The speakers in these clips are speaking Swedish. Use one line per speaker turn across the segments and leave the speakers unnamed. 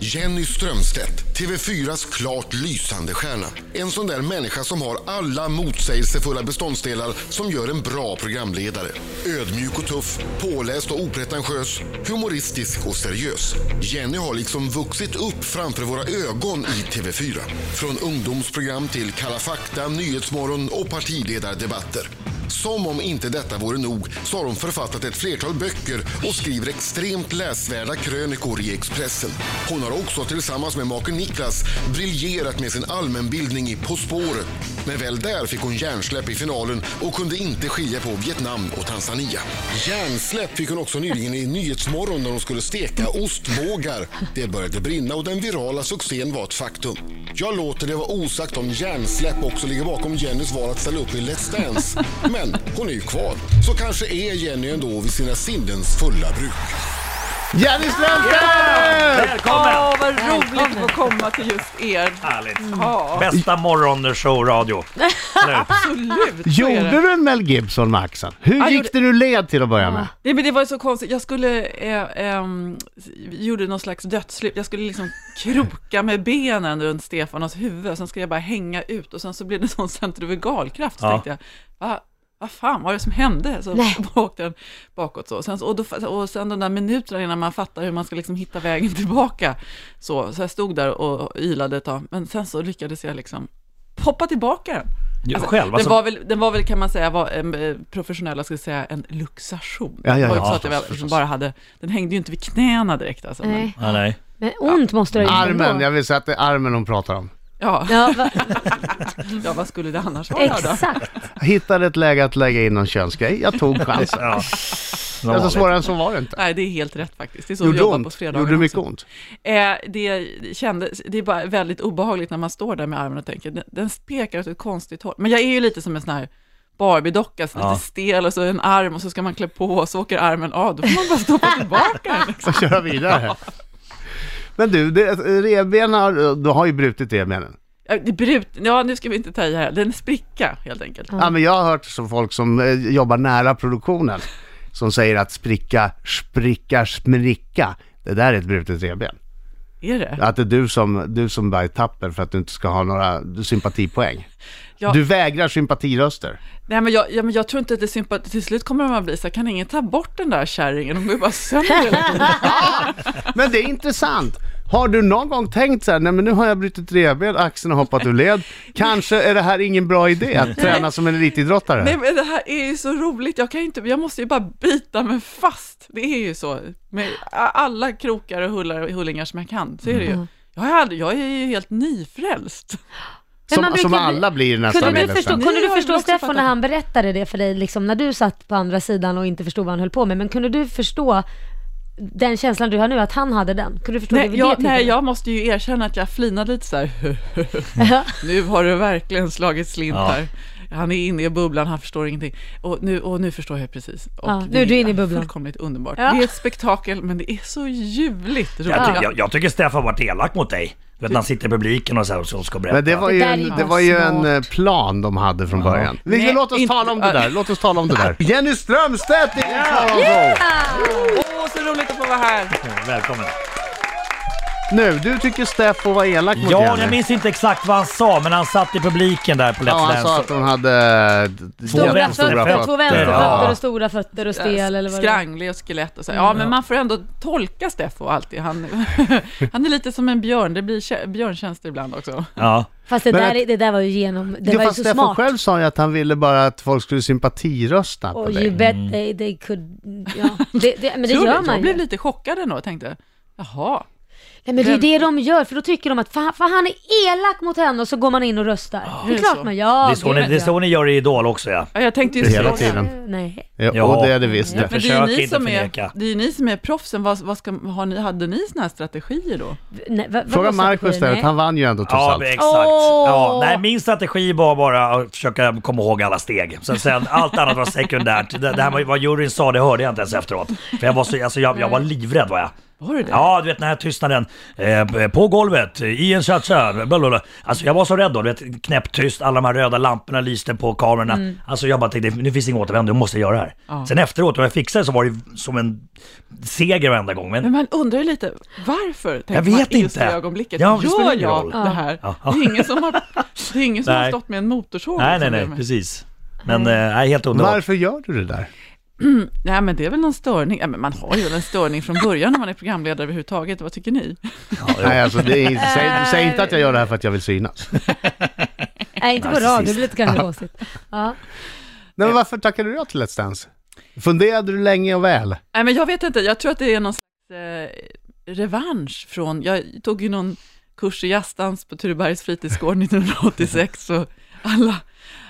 Jenny Strömstedt, TV4s klart lysande stjärna. En sån där människa som har alla motsägelsefulla beståndsdelar som gör en bra programledare. Ödmjuk och tuff, påläst och opretentiös, humoristisk och seriös. Jenny har liksom vuxit upp framför våra ögon i TV4. Från ungdomsprogram till Kalla fakta, Nyhetsmorgon och partiledardebatter. Som om inte detta vore nog så har hon författat ett flertal böcker och skriver extremt läsvärda krönikor i Expressen. Hon har också tillsammans med maken Niklas briljerat med sin allmänbildning i På spåret. Men väl där fick hon hjärnsläpp i finalen och kunde inte skilja på Vietnam och Tanzania. Hjärnsläpp fick hon också nyligen i Nyhetsmorgon när hon skulle steka ostbågar. Det började brinna och den virala succén var ett faktum. Jag låter det vara osagt om hjärnsläpp också ligger bakom Jennys val att ställa upp i Let's Dance. Men hon är ju kvar, så kanske är Jenny ändå vid sina sinnens fulla bruk.
Jenny Strömstedt!
Välkommen!
Åh, vad roligt att få komma till just er.
Härligt.
Ja,
Bästa morgonshow-radio. Nu.
absolut. så är
Gjorde
det.
du en Mel Gibson, Maxen? Hur
Jag
gick det du led till att börja med?
Nej, men det var ju så konstigt. Jag skulle, eh, ehm, gjorde någon slags dödslyft. Jag skulle liksom kroka med benen runt Stefanos huvud. Sen skulle jag bara hänga ut och sen så blev det en sån centrifugalkraft. Så
Ja.
tänkte jag, va? Vad fan var det som hände? Så
Nej.
åkte den bakåt så. Sen, så- och, då, fa- och sen de där minuterna innan man fattar hur man ska liksom hitta vägen tillbaka. Så, så jag stod där och ylade ett tag. Men sen så lyckades jag liksom hoppa tillbaka den.
Du själv, alltså,
Den, var väl, den var väl, kan man säga, var, em, eh, professionella skulle säga, en luxation.
Ja, ja,
det var ju
ja,
inte så
förstås,
att jag väl,
förstås.
liksom bara hade, den hängde ju inte vid knäna direkt alltså. Men,
Nej.
ja, nej.
Men ont måste det ha gjort
Armen,
ändå.
jag vill säga att det är armen hon pratar om.
ja,
Ja, va,
ja, vad skulle det annars vara då?
exakt.
Jag hittade ett läge att lägga in någon könsgrej, jag tog chansen.
Ja.
Alltså
Vanligt.
svårare än så var det inte.
Nej, det är helt rätt faktiskt. Det är så vi
Gjorde
jobbar på
ont?
fredagar
Gjorde det mycket
också.
ont?
Eh, det, kändes, det är bara väldigt obehagligt när man står där med armen och tänker, den, den spekar åt ett konstigt håll. Men jag är ju lite som en sån här Barbie-docka, så
Ja.
lite stel och så en arm och så ska man klä på och så åker armen av, då får man bara stoppa tillbaka den.
Och köra vidare. Men du, det- revbenen, har- du har ju brutit revbenen.
Ja, Det brut, ja, nu ska vi inte ta i här. Det är en spricka helt enkelt.
Ja, men jag har hört som folk som eh, jobbar nära produktionen som säger att spricka, spricka, smricka. Det där är ett brutet revben.
Är det?
Att det är du som, du som bär tapper för att du inte ska ha några du, sympatipoäng.
Ja.
Du vägrar sympatiröster.
Nej, men jag, ja, men jag tror inte att det är sympati. Till slut kommer de att bli så här, kan ingen ta bort den där kärringen? De går ju bara sönder hela tiden.
Men det är intressant. Har du någon gång tänkt så här, nej men nu har jag brutit revben, axeln har hoppat ur led. Kanske är det här ingen bra idé att träna som en elitidrottare.
Nej, men det här är ju så roligt. Jag, kan ju inte, jag måste ju bara bita mig fast. Det är ju så. Med a- alla krokar och hullar, hullingar som jag kan, så är det
Mm.
ju. Jag är, aldrig, jag är ju helt nyfrälst.
som,
Men man
som
brukar-
alla blir nästan
Kunde du
medvetna.
förstå,
Nej,
kunde du
jag
förstå
vill också
Stefan
fatta.
när han berättade det för dig, liksom, när du satt på andra sidan och inte förstod vad han höll på med, men kunde du förstå den känslan du har nu, att han hade den? Kunde du förstå det
Nej
vid
jag,
det
nej,
tillfället?
jag måste ju erkänna att jag flinade lite så här. nu har det verkligen slagit slint
Ja.
här. Han är inne i bubblan, han förstår ingenting. Och nu, och nu förstår jag precis. Och
Ja, nu är du inne i bubblan.
Fullkomligt underbart.
Ja.
Det är ett spektakel, men det är så ljuvligt roligt.
Jag, ty-
Ja.
jag, jag tycker Stefan har varit elak mot dig. Du vet när han sitter i publiken och så, här, och så ska berätta.
Men det var
Det
ju,
där är
en,
ju
det var ju
smart.
en eh, plan de hade från början. Vi,
Nej,
låt oss
inte-
tala om det där, låt oss tala om det där. Jenny Strömstedt är yeah!
Åh, så roligt att få vara här.
Mm, Välkommen.
Nu, du tycker Steffo var elak mot
Ja,
Jenny.
jag minns inte exakt vad han sa, men han satt i publiken där på Let's
Ja, han sa att
Dance.
hon hade...
Två
Stora
vänsterfötter,
fötter, två vänsterfötter och stora fötter och stel eller vad det var.
Skranglig och skelett och så. Ja, men man får ändå tolka Steffo alltid. Han, han är lite som en björn, det blir kä- björntjänster ibland också.
Ja.
Fast det
Men
där,
att-
är- det där var ju genom,
Jo,
det var ju
fast
så
Steffo
smart.
själv sa ju att han ville bara att folk skulle sympatirösta på
Oh,
dig.
you bet they, they could, ja. Det, det, men det
Tror du?
gör man
Jag
ju.
blev lite chockad ändå och tänkte, jaha.
Nej, men det är det de gör, för då tycker de att fan, fan, han är elak mot henne och så går man in och röstar. det är
det
klart
så?
man gör.
Det är så ni, det är så ni gör i Idol också ja.
Ja, jag tänkte ju
Hela
så.
tiden.
Eh, Nej.
Ja,
Ja.
och det är det visst det.
Ja.
Men det är,
Försök
ju ni
inte
som är,
förneka.
det är ju ni som är proffsen. Vad, vad ska, har ni, hade ni såna här strategier då?
Nej, vad- vad
Fråga
var
Marco
strategin?
istället,
Nej.
han vann ju ändå trots
Ja,
allt.
exakt.
Åh!
Ja, nej, min strategi var bara att försöka komma ihåg alla steg. Sen, sen allt annat var sekundärt. Det, det här med vad juryn sa, det hörde jag inte ens efteråt. För jag var så, alltså jag, jag var livrädd var jag.
Har du det?
Ja, du vet den här tystnaden. Eh, på golvet, i en cha-cha. blablabla. Alltså jag var så rädd då, du vet knäpptyst, alla de här röda lamporna lyste på kamerorna.
Mm.
Alltså jag bara tänkte, nu finns det ingen återvändo, jag måste göra det här. Sen efteråt, när jag fixade det så var det som en seger varenda gång. Men
Men man undrar ju lite, varför tänker
Jag
man
vet
i just det
inte.
ögonblicket?
Ja, det spelar
Gör
ingen
jag
roll.
det här?
Ja.
Det är ingen som har, det är ingen som har
Nej.
stått med en motorsåg.
nej, nej,
liksom
nej,
bredvid mig.
precis. Men eh, nej, helt underbart.
Varför gör du det där?
Nej, men det är väl någon störning. Ja, men man har ju väl en störning från början när man är programledare överhuvudtaget. Vad tycker ni?
Nej, alltså, det är, säg, säg inte att jag gör det här för att jag vill synas.
Nej, inte på
Narcissist.
radio, det blir lite kanske konstigt. Ja.
Nej, men varför tackade du ja till Let's Dance? Funderade du länge och väl?
Nej, men jag vet inte. Jag tror att det är någon slags eh, revansch från... Jag tog ju någon kurs i jazzdans på Turebergs fritidsgård 1986, så alla,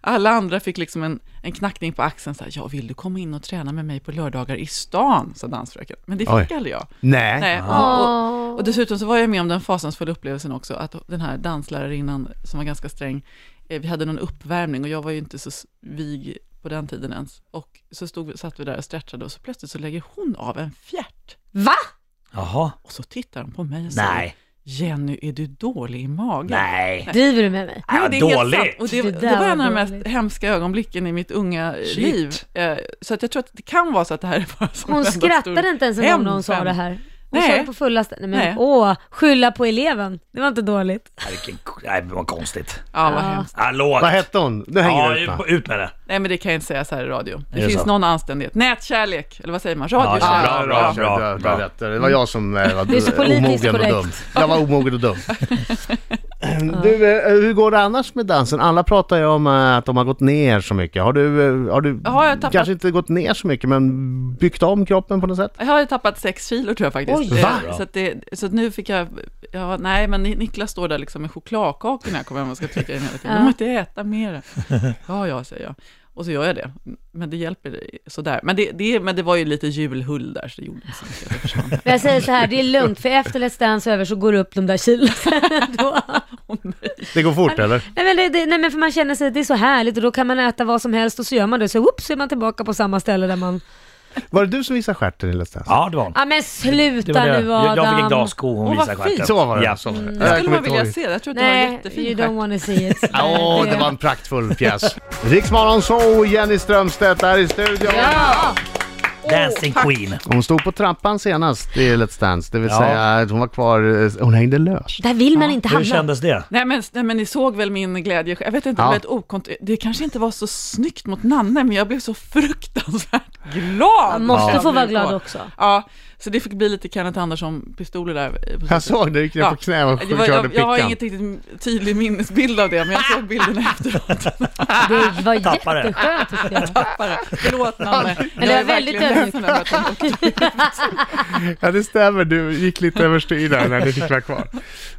alla andra fick liksom en, en knackning på axeln. Så här, ja, vill du komma in och träna med mig på lördagar i stan, sa dansfröken. Men det fick
Oj.
aldrig jag.
Nej.
Nej, och, och, Och dessutom så var jag med om den fasansfulla upplevelsen också, att den här danslärarinnan som var ganska sträng, eh, vi hade någon uppvärmning och jag var ju inte så s- vig på den tiden ens. Och så stod, satt vi där och stretchade och så plötsligt så lägger hon av en fjärt.
Va?
Jaha,
Och så tittar hon på mig och säger,
nej,
Jenny är du dålig i magen?
nej.
Driver du med mig?
Jo,
Ja,
det är helt sant.
dåligt.
Och det,
Det
det,
där
var
var
en av de
dåligt.
mest hemska ögonblicken i mitt unga eh,
Shit.
liv. Eh, Så att jag tror att det kan vara så att det här är bara som
Hon
en enda stor-
skrattade inte ens en gång när hon
hämnd
sa
skämt.
det här. Hon sa
Nej.
det på fullaste... Nej, men
Nej.
åh, skylla på eleven. Det var inte dåligt.
Nej, vilken- Nej, det var konstigt.
Ja, vad
Ja.
hemskt.
Hallå!
Vad hette hon? Nu hänger
Ja,
du ut med.
ut med det.
Nej, men det kan jag inte säga så här i radio. Det
Är det
finns
så?
någon anständighet. Nätkärlek, eller vad säger man? Radiokärlek.
Ja,
Ja,
bra, bra, bra.
det var rätt. Det var jag som eh, var
Du är så
d-
politiskt
omogen och
korrekt.
dum. Jag var omogen och dum. Du, eh, hur går det annars med dansen? Alla pratar ju om eh, att de har gått ner så mycket. Har du, eh, har du
Har jag tappat-
kanske inte gått ner så mycket men byggt om kroppen på något sätt?
Jag har ju tappat sex kilo tror jag faktiskt.
Oj,
Eh,
va?
så, att det, så att nu fick jag, ja, nej men Niklas står där liksom med chokladkakor när jag kommer hem och ska trycka in hela tiden.
Ja.
Du måste äta mer. Ja, ja, säger jag. Och så gör jag det. Men det hjälper sådär. Men det, det, men det var ju lite julhull där, så det gjorde inte så mycket. Det försvann.
Men jag säger så här, det är lugnt för efter Let's Dance över så går det upp de där kilosarna då.
Det går fort eller?
Nej men, det, det, nej men för man känner sig att det är så härligt och då kan man äta vad som helst och så gör man det så whoops så är man tillbaka på samma ställe där man...
Var det du som visade stjärten i Let's Dance?
Ja, det var hon.
Ja men
Det var
sluta
det.
nu Adam!
Jag, jag fick en glassko, hon
Åh, vad
visade stjärten.
fint.
Så var det.
Ja.
Så var det.
Det
Jag kommer
skulle man
inte
vilja
ihåg.
se. Jag tror att det var en
Nej,
jättefin
you
stjärt.
don't wanna see it.
Åh, det var en praktfull pjäs. Riksmorgon så Jenny Strömstedt är i studion.
Ja!
Dancing Queen.
Hon stod på trappan senast i Let's Dance, det vill
Ja.
säga att hon var kvar, eh, hon hängde lös.
Där vill man inte
Hur
hamna.
kändes det?
Nej men, nej men ni såg väl min glädje, jag vet inte,
Ja.
det, var ett okont- det kanske inte var så snyggt mot Nanne, men jag blev så fruktansvärt glad.
Man måste
Ja.
få vara glad också.
Ja, så det fick bli lite Kenneth Andersson-pistoler där. eh, på slutet.
Jag såg det, gick ner på knä och
Det var-
körde
jag, jag har
pickan.
inget riktigt tydlig minnesbild av det, men jag såg bilderna efteråt.
Det var
Tappade.
jätteskönt tyckte jag.
Bara, Förlåt Nanne,
det
jag
var
är verkligen
väldigt
ledsen över att jag tog
Ja det stämmer, du gick lite överstyr där när du fick vara kvar.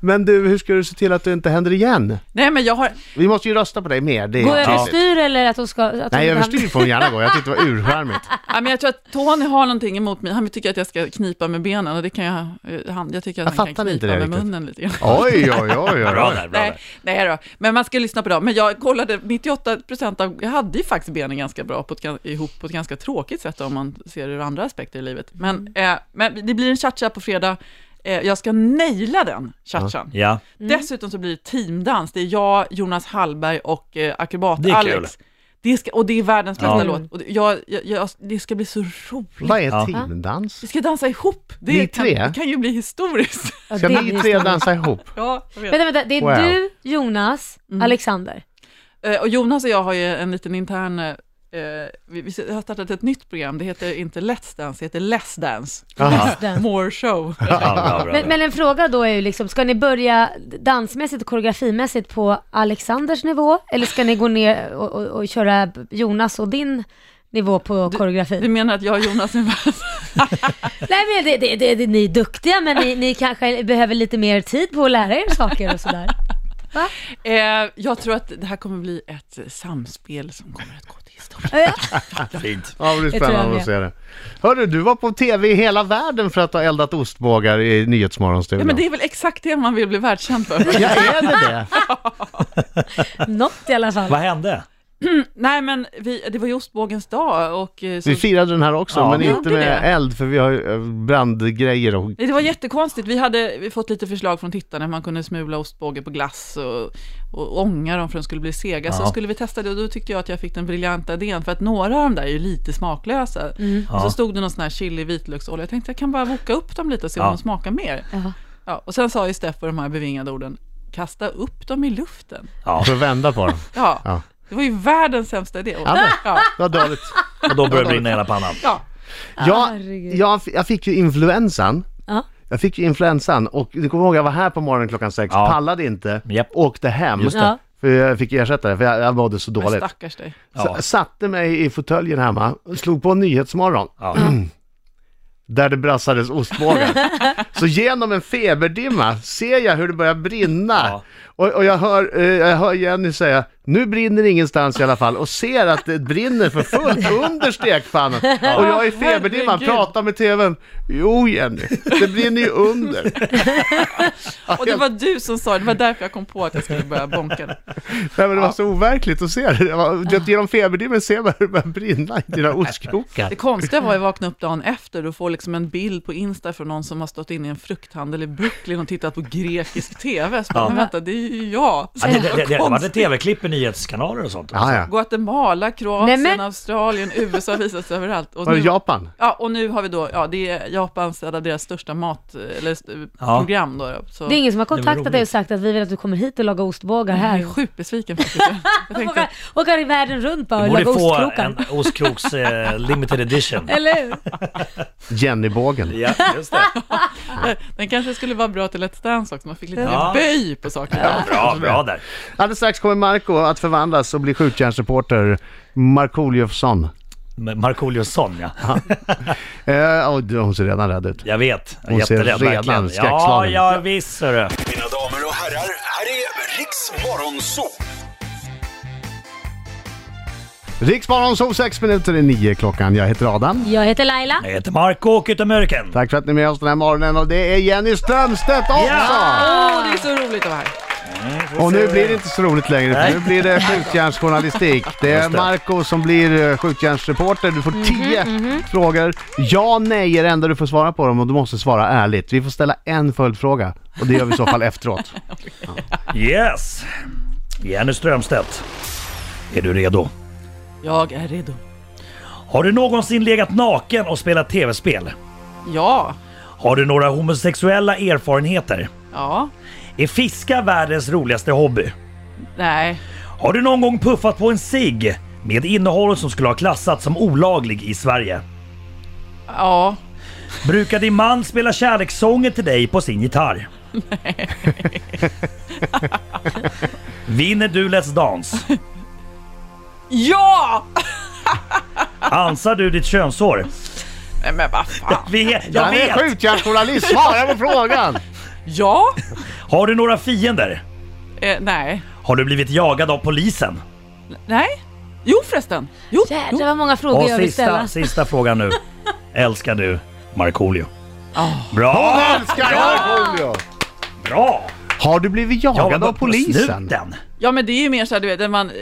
Men du, hur ska du se till att det inte händer igen?
Nej men jag har,
Vi måste ju rösta på dig mer. Det är
Gå
tydligt.
överstyr eller att hon ska... Att
Nej,
hon
överstyr får hon gärna gå. Jag tyckte det var urskärmigt.
ja, men jag tror att Tony har någonting emot mig, han tycker att jag ska knipa med benen och det kan jag, eh, han, jag tycker att
Jag
han
fattar
kan
inte
knipa
det
med
riktigt.
munnen lite grann.
Oj, oj, oj.
Bra
oj.
där, bra
Nej,
där.
nej då. Men man ska lyssna på dem. Men jag kollade 98% av, jag hade ju faktiskt benen ganska bra på ett, gan- ihop på ett ganska tråkigt sätt om man ser det ur andra aspekter i livet. Men,
Mm.
eh, men det blir en cha-cha på fredag. Eh, jag ska naila den cha-chan.
Ja,
Mm.
Dessutom så blir det teamdans. Det är jag, Jonas Hallberg och eh,
Det är
akrobat-Alex. Det ska, och det är världens bästa
Ja.
låt. Och det, jag, jag, jag, det ska bli så roligt.
Vad är
Ja.
teamdans?
Vi ska dansa ihop.
Ni
Det, kan,
tre?
det kan ju bli historiskt.
Ja,
Ska
det är
ni
just-
tre dansa ihop?
Ja, jag vet.
Vänta, vänta. Det är
Wow.
du, Jonas,
Mm.
Alexander.
Eh, Och Jonas och jag har ju en liten intern, eh, vi, vi har startat ett nytt program, det heter inte Let's Dance, det heter Less Dance,
Ah.
Just det.
More Show.
ja bra, bra, bra.
Men, men en fråga då är ju liksom, ska ni börja dansmässigt och koreografimässigt på Alexanders nivå? Eller ska ni gå ner och, och, och köra Jonas och din nivå på koreografi?
Du menar att jag och Jonas är världens...
Nej men det, det, det, det, ni är duktiga men ni, ni kanske behöver lite mer tid på att lära er saker och sådär. Va?
Eh, jag tror att det här kommer bli ett eh, samspel som kommer att gå till historien.
Ja,
Fint.
Ja, det blir
Det tror jag
spännande
med.
att se det. Hörru, du var på tv i hela världen för att ha eldat ostbågar i
Ja,
Nyhetsmorgonstudion.
men det är väl exakt det man vill bli världskänd för.
Ja, är det det?
Något i alla fall.
Vad hände?
Nej, men vi, det var ju ostbågens dag och eh, så,
Vi firade den här också,
Ja,
men
vi
inte
gjorde
med
det.
eld för vi har ju eh, brandgrejer och...
Nej, det var jättekonstigt. Vi hade vi fått lite förslag från tittarna hur man kunde smula ostbåge på glass och, och ånga dem för att de skulle bli sega. Så
Ja.
skulle vi testa det och då tyckte jag att jag fick den briljanta idén för att några av dem där är ju lite smaklösa. Och
Ja.
så stod det någon sån här chili vitlöksolja. Jag tänkte jag kan bara voka upp dem lite och se
Ja.
om de smakar mer.
Ja.
Ja, och sen sa ju Steffo de här bevingade orden, kasta upp dem i luften.
Ja,
För att vända på dem.
Ja,
Ja.
det var ju världens sämsta idé.
men.
Ja.
Det var dåligt.
och då börjar det brinna i hela pannan.
Ja.
Jag,
Herregud.
jag, f- jag fick ju influensan.
Ja.
Jag fick ju influensan och du kommer ihåg jag var här på morgonen klockan sex,
Ja.
pallade inte,
Japp.
åkte hem.
Just
det. Ja.
För jag fick ersättare, för jag, jag mådde så
Men
dåligt.
stackars dig.
Ja.
S- Satte mig i fåtöljen hemma, slog på Nyhetsmorgon, Mm.
Ja.
där det brassades ostbågar. så genom en feberdimma ser jag hur det börjar brinna.
Ja.
Och, och jag, hör, eh, jag hör Jenny säga, nu brinner det ingenstans i alla fall, och ser att det brinner för fullt under stekpannan. Och jag i feberdimman
Herregud.
pratar med tvn, jo Jenny, det brinner ju under.
Och det var du som sa det, det var därför jag kom på att jag skulle börja bonka den.
Nej, men det var så overkligt att se det. det. Var, det genom feberdimmen ser man hur det börjar brinna i dina ostkrokar.
Det konstiga var ju att vakna upp dagen efter och få liksom en bild på Insta från någon som har stått inne i en frukthandel i Brooklyn och tittat på grekisk TV. Så bara,
Ja.
men vänta, det är ju jag.
Ja,
Så
det,
det
det, det, det har
var
varit ett
konstigt.
tv-klipp i nyhetskanaler och sånt.
Ah, ja.
Guatemala, Kroatien,
Nej, men-
Australien, USA visas överallt. Och
Var det
nu,
Japan?
ja, och nu har vi då, ja, det är Japans, en av deras största mat, eller st-
Ja.
program då. Så.
Det är ingen som har
var
kontaktat dig
roligt. Mm.
och sagt att vi vill att du kommer hit och lagar ostbågar
jag är
här.
sjukt besviken faktiskt. Jag tänkte,
Åka- Åka i världen runt bara
Du
och
borde
laga
få
ostkrokar.
en ostkroks eh, limited edition.
Eller hur?
Jennybågen.
Ja, just det.
den kanske skulle vara bra till Let's Dance också, man fick lite
Ja.
mer böj på saker.
Ja, bra, bra där.
Alldeles strax kommer Marco att förvandlas och bli skjutjärnsreporter. Markooliofsson.
Men Markooliosson, ja.
Eh, och du- hon ser redan rädd ut.
Jag vet. Jag är
Hon ser
jätterädd
redan
verkligen. Ja,
skräckslagen ut.
ja visst hörru.
Mina damer och herrar, här är Riks Morgonzoo!
Riksmorgon, sov sex minuter i nio klockan. Jag heter Adam.
Jag heter Laila.
Jag heter Marco och utom mörken.
Tack för att ni är med oss den här morgonen och det är Jenny Strömstedt också!
Ja!
Åh, det är så roligt att vara här.
Och nu blir det inte så roligt längre, för nu blir det skjutjärnsjournalistik. Det är
Just det. Mhm,
Marco som blir eh, skjutjärnsreporter. Du får tio frågor. Ja, nej är det enda du får svara på dem och du måste svara ärligt. Vi får ställa en följdfråga och det gör vi i så fall efteråt.
Yes! Jenny Strömstedt, är du redo?
Jag är redo.
Har du någonsin legat naken och spelat tv-spel?
Ja,
Har du några homosexuella erfarenheter?
ja,
Är fiska världens roligaste hobby?
nej.
Har du någon gång puffat på en cigg med innehåll som skulle ha klassats som olaglig i Sverige?
Ja,
Brukar din man spela kärlekssånger till dig på sin gitarr? Nej. Vinner du Let's Dance?
Ja!
Ansar du ditt könshår?
Nej men vad fan.
Vi, jag
Han är
vet!
skjutjärnsjournalist, svara på frågan!
Ja?
Har du några fiender?
Eh, nej.
Har du blivit jagad av polisen?
Nej? Jo förresten. Jo, jo.
Jädrar vad många frågor
Och
jag vill
sista,
ställa.
sista frågan nu. Älskar du Markoolio? Bra!
Älskar Markoolio!
Bra!
Har du blivit
Ja,
jagad av
men på
polisen?
Snuten.
Ja men det är ju mer så här, du vet, när man, eh,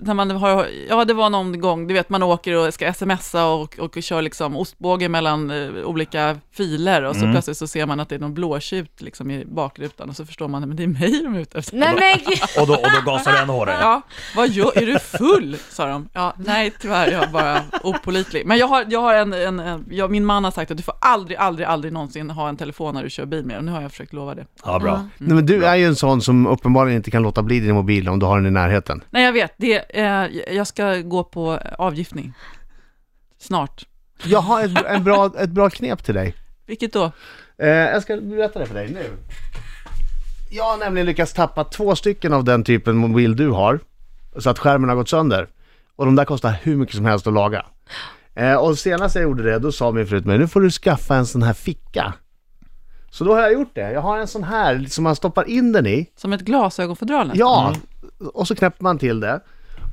när man har, ja det var någon gång, du vet man åker och ska smsa och, och kör liksom ostbåge mellan eh, olika filer och så plötsligt så ser man att det är någon blåtjut liksom i bakrutan och så förstår man, men det är mig de är ute efter.
Nej men gud.
Och då, och då gasar du ännu hårdare.
Ja, vad gör, är du full? sa de. Ja, nej tyvärr, jag är bara opolitlig. Men jag har, jag har en, en, en jag, min man har sagt att du får aldrig, aldrig, aldrig någonsin ha en telefon när du kör bil mer och nu har jag försökt lova det.
Ja, bra.
Nej, men du är ju en sån som uppenbarligen inte kan låta bli din mobil om du har den i närheten.
Nej, jag vet, det, eh, jag ska gå på avgiftning snart.
Jag har ett, en bra, ett bra knep till dig.
Vilket då?
Eh, jag ska berätta det för dig nu. Jag har nämligen lyckats tappa två stycken av den typen mobil du har. Så att skärmen har gått sönder. Och de där kostar hur mycket som helst att laga. Eh, och senast jag gjorde det, då sa min fru till mig, nu får du skaffa en sån här ficka. Så då har jag gjort det. Jag har en sån här som man stoppar in den i.
Som ett glasögonfodral nästan.
Ja, och så knäpper man till det.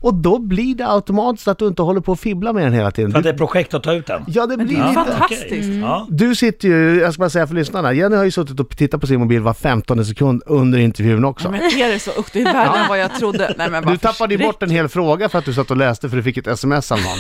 Och då blir det automatiskt att du inte håller på och fibblar med den hela tiden.
För att det
Du,
är projekt att ta ut den.
ja, det
Men det
blir
är ju
lite...
fantastiskt.
okej. Ja.
Du sitter ju, jag ska bara säga för lyssnarna, Jenny har ju suttit och tittat på sin mobil var 15 sekund under intervjun också.
Ja, men är det så? Usch, det är värre än vad jag trodde. Nej, men
Du
vad
tappade ju
förskräck-
bort en hel fråga för att du satt och läste för du fick ett sms av någon.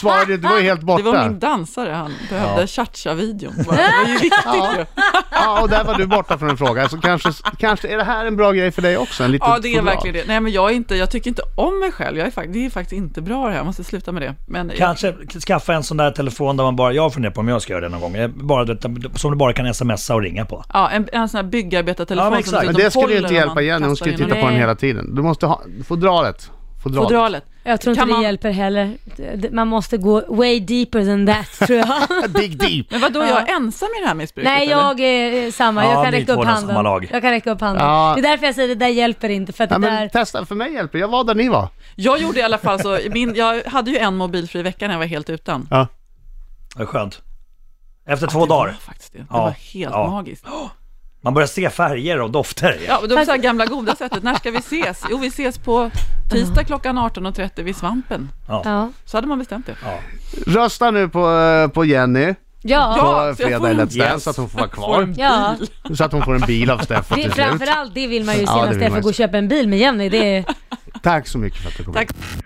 Svarade, du var ju helt
Det
borta.
var min dansare, han behövde cha-cha-videon. Det var ju viktigt ju.
Ja, och där var du borta från en fråga. Så kanske, kanske är det här en bra grej för dig också? En liten
Ja, det är
choklad.
verkligen det. Nej, men jag, är inte, jag tycker inte om mig själv. Jag är fakt- det är faktiskt inte bra det här, jag måste sluta med det. Men
Kanske skaffa en sån där telefon där man bara, jag funderar på om jag ska göra det någon gång. Eh, Bara, du vet, som du bara kan smsa och ringa på.
Ja, en, en sån här
Ja,
byggarbetartelefon
men
som
exakt.
ser ut
Men
som
det skulle ju
bollar
inte
när
hjälpa
man
Jenny, hon
kastar
skulle
in
titta
den.
på den hela tiden. Du måste ha fodralet. Fodralet.
Fodralet.
Jag tror inte
Kan
det
man-
hjälper heller. Det- Man måste gå way deeper than that tror jag.
Dig deep.
Men vadå, jag är ensam i det här missbruket?
Nej,
eller?
jag är samma.
Ja,
jag kan
ni
räcka
två
upp
är samma
handen.
lag.
Jag kan räcka upp handen.
Ja.
Det är därför jag säger det där hjälper inte. För att
Ja,
det
men
där...
testa, för mig hjälper Jag var där ni var.
Jag gjorde i alla fall så, min, jag hade ju en mobilfri vecka när jag var helt utan.
Ja.
Det är skönt. Efter två
Det var
dagar.
faktiskt det. Det
Ja,
var helt
ja.
magiskt.
Man börjar se färger och dofter.
Ja, men det var så här gamla goda sättet. När ska vi ses? Jo, vi ses på tisdag klockan 18.30 vid Svampen.
Ja.
Så hade man bestämt det.
Rösta nu på, eh, på Jenny
Ja.
så
på
jag
fredag
får
i
en-
Let's Dance
Yes.
så att hon får vara
Får
kvar.
en
Ja.
bil.
Så att hon får en bil av Steffo
Det,
till slut.
framförallt det vill man ju
Ja, det
senast
vill man
ja,
ju.
gå och köpa en bil med Jenny. Det är...
Tack så mycket för att du kom
Tack.
hit.